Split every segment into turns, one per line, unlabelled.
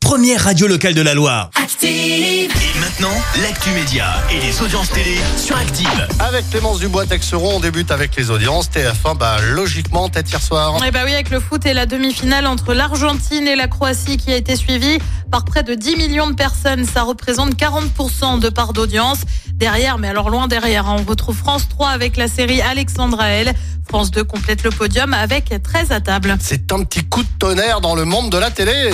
première radio locale de la Loire.
Active,
Et maintenant, l'actu média et les audiences télé sur Active.
Avec Clémence Dubois-Texeron, on débute avec les audiences. TF1, bah, logiquement, tête hier soir.
Eh ben oui, avec le foot et la demi-finale entre l'Argentine et la Croatie qui a été suivie par près de 10 millions de personnes. Ça représente 40% de part d'audience. Derrière, mais alors loin derrière, hein, on retrouve France 3 avec la série Alexandra L. France 2 complète le podium avec 13 à table.
C'est un petit coup de tonnerre dans le monde de la télé.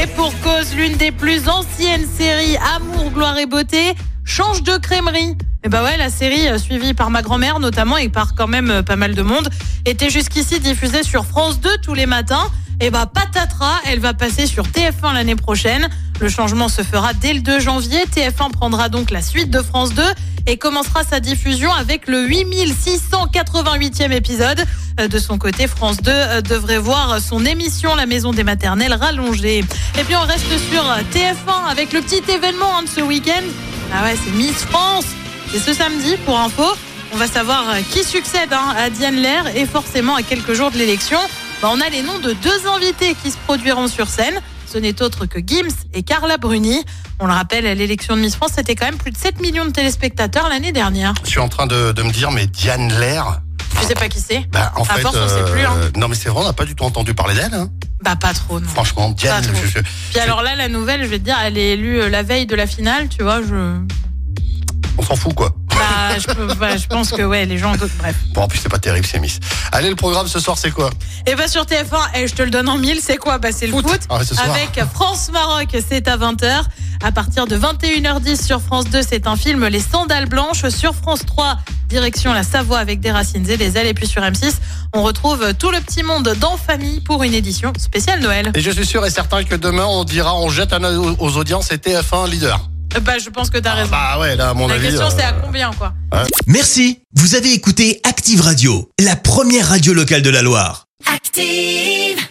Et pour cause, l'une des plus anciennes séries Amour, gloire et beauté change de crèmerie. Et bah ouais, la série euh, suivie par ma grand-mère notamment et par quand même euh, pas mal de monde était jusqu'ici diffusée sur France 2 tous les matins. Et bah patatras, elle va passer sur TF1 l'année prochaine. Le changement se fera dès le 2 janvier. TF1 prendra donc la suite de France 2 et commencera sa diffusion avec le 8688e épisode. Euh, De son côté, France 2 euh, devrait voir son émission La Maison des Maternelles rallongée. Et puis on reste sur euh, TF1 avec le petit événement hein, de ce week-end. Ah ouais, c'est Miss France. C'est ce samedi, pour info. On va savoir euh, qui succède hein, à Diane Lair et forcément à quelques jours de l'élection, bah, on a les noms de deux invités qui se produiront sur scène. Ce n'est autre que Gims et Carla Bruni. On le rappelle, à l'élection de Miss France, c'était quand même plus de 7 millions de téléspectateurs l'année dernière.
Je suis en train de, de me dire, mais Diane Lair.
Tu sais pas qui c'est
Bah, en
À
fait, euh,
force, on sait plus, hein.
non mais c'est vrai, on n'a pas du tout entendu parler d'elle. hein.
Bah pas trop, non.
Franchement, Diane,
trop.
je- je-
Puis alors là, la nouvelle, je vais te dire, elle est élue euh, la veille de la finale, tu vois, je...
on s'en fout quoi.
Bah, je, peux- bah, je pense que ouais, les gens... Bref.
Bon, en plus c'est pas terrible, c'est Miss. Allez, le programme ce soir, c'est quoi
Et bah sur TF1, eh, je te le donne en mille, c'est quoi Bah c'est le foot,
Ah, ouais, ce soir.
avec France-Maroc, c'est à 20h. À partir de 21h10 sur France 2, c'est un film Les Sandales Blanches. Sur France 3, direction la Savoie avec des racines et des ailes. Et puis sur M6, on retrouve tout le petit monde dans Famille pour une édition spéciale Noël.
Et je suis sûr et certain que demain, on dira, on jette un œil aux aux audiences et TF1 leader.
Euh, Bah je pense que t'as raison.
Bah ouais, là, à mon
la
avis.
question
euh,
c'est à combien quoi
Merci, vous avez écouté Active Radio, la première radio locale de la Loire.
active.